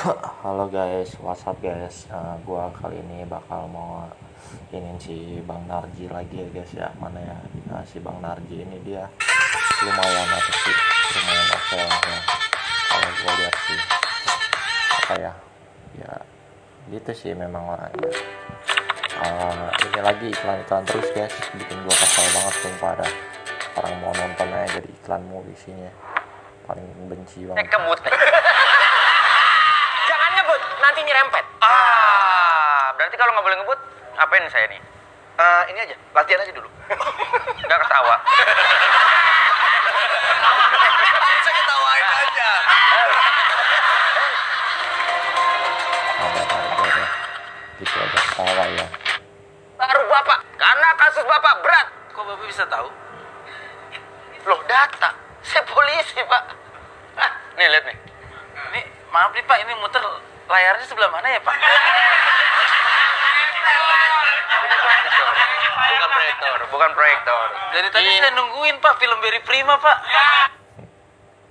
Halo guys, WhatsApp guys. Nah, gua kali ini bakal mau ingin si Bang Narji lagi ya guys ya. Mana ya? Nah, si Bang Narji ini dia lumayan apa sih? Lumayan oke lah ya. Kalau gua lihat sih apa ya? Ya gitu sih memang orangnya. Ah, ini lagi iklan-iklan terus guys, bikin gua kesal banget sumpah ada orang mau nonton aja jadi iklan mulu isinya. Paling benci banget. Kebut deh. Jangan ngebut, nanti nyerempet. Ah, berarti kalau nggak boleh ngebut, apain saya nih? Eh, ini aja, latihan aja dulu. Nggak ketawa. Saya ketawain aja. ada harganya gitu aja salah ya Baru bapak, karena kasus bapak berat. Kok Bapak bisa tahu? Loh data, saya polisi pak. Ah, nih lihat nih. Ini, maaf nih Pak, ini muter layarnya sebelah mana ya Pak? Bukan proyektor, bukan proyektor. Iya. Dari tadi saya nungguin Pak, film Berry Prima Pak.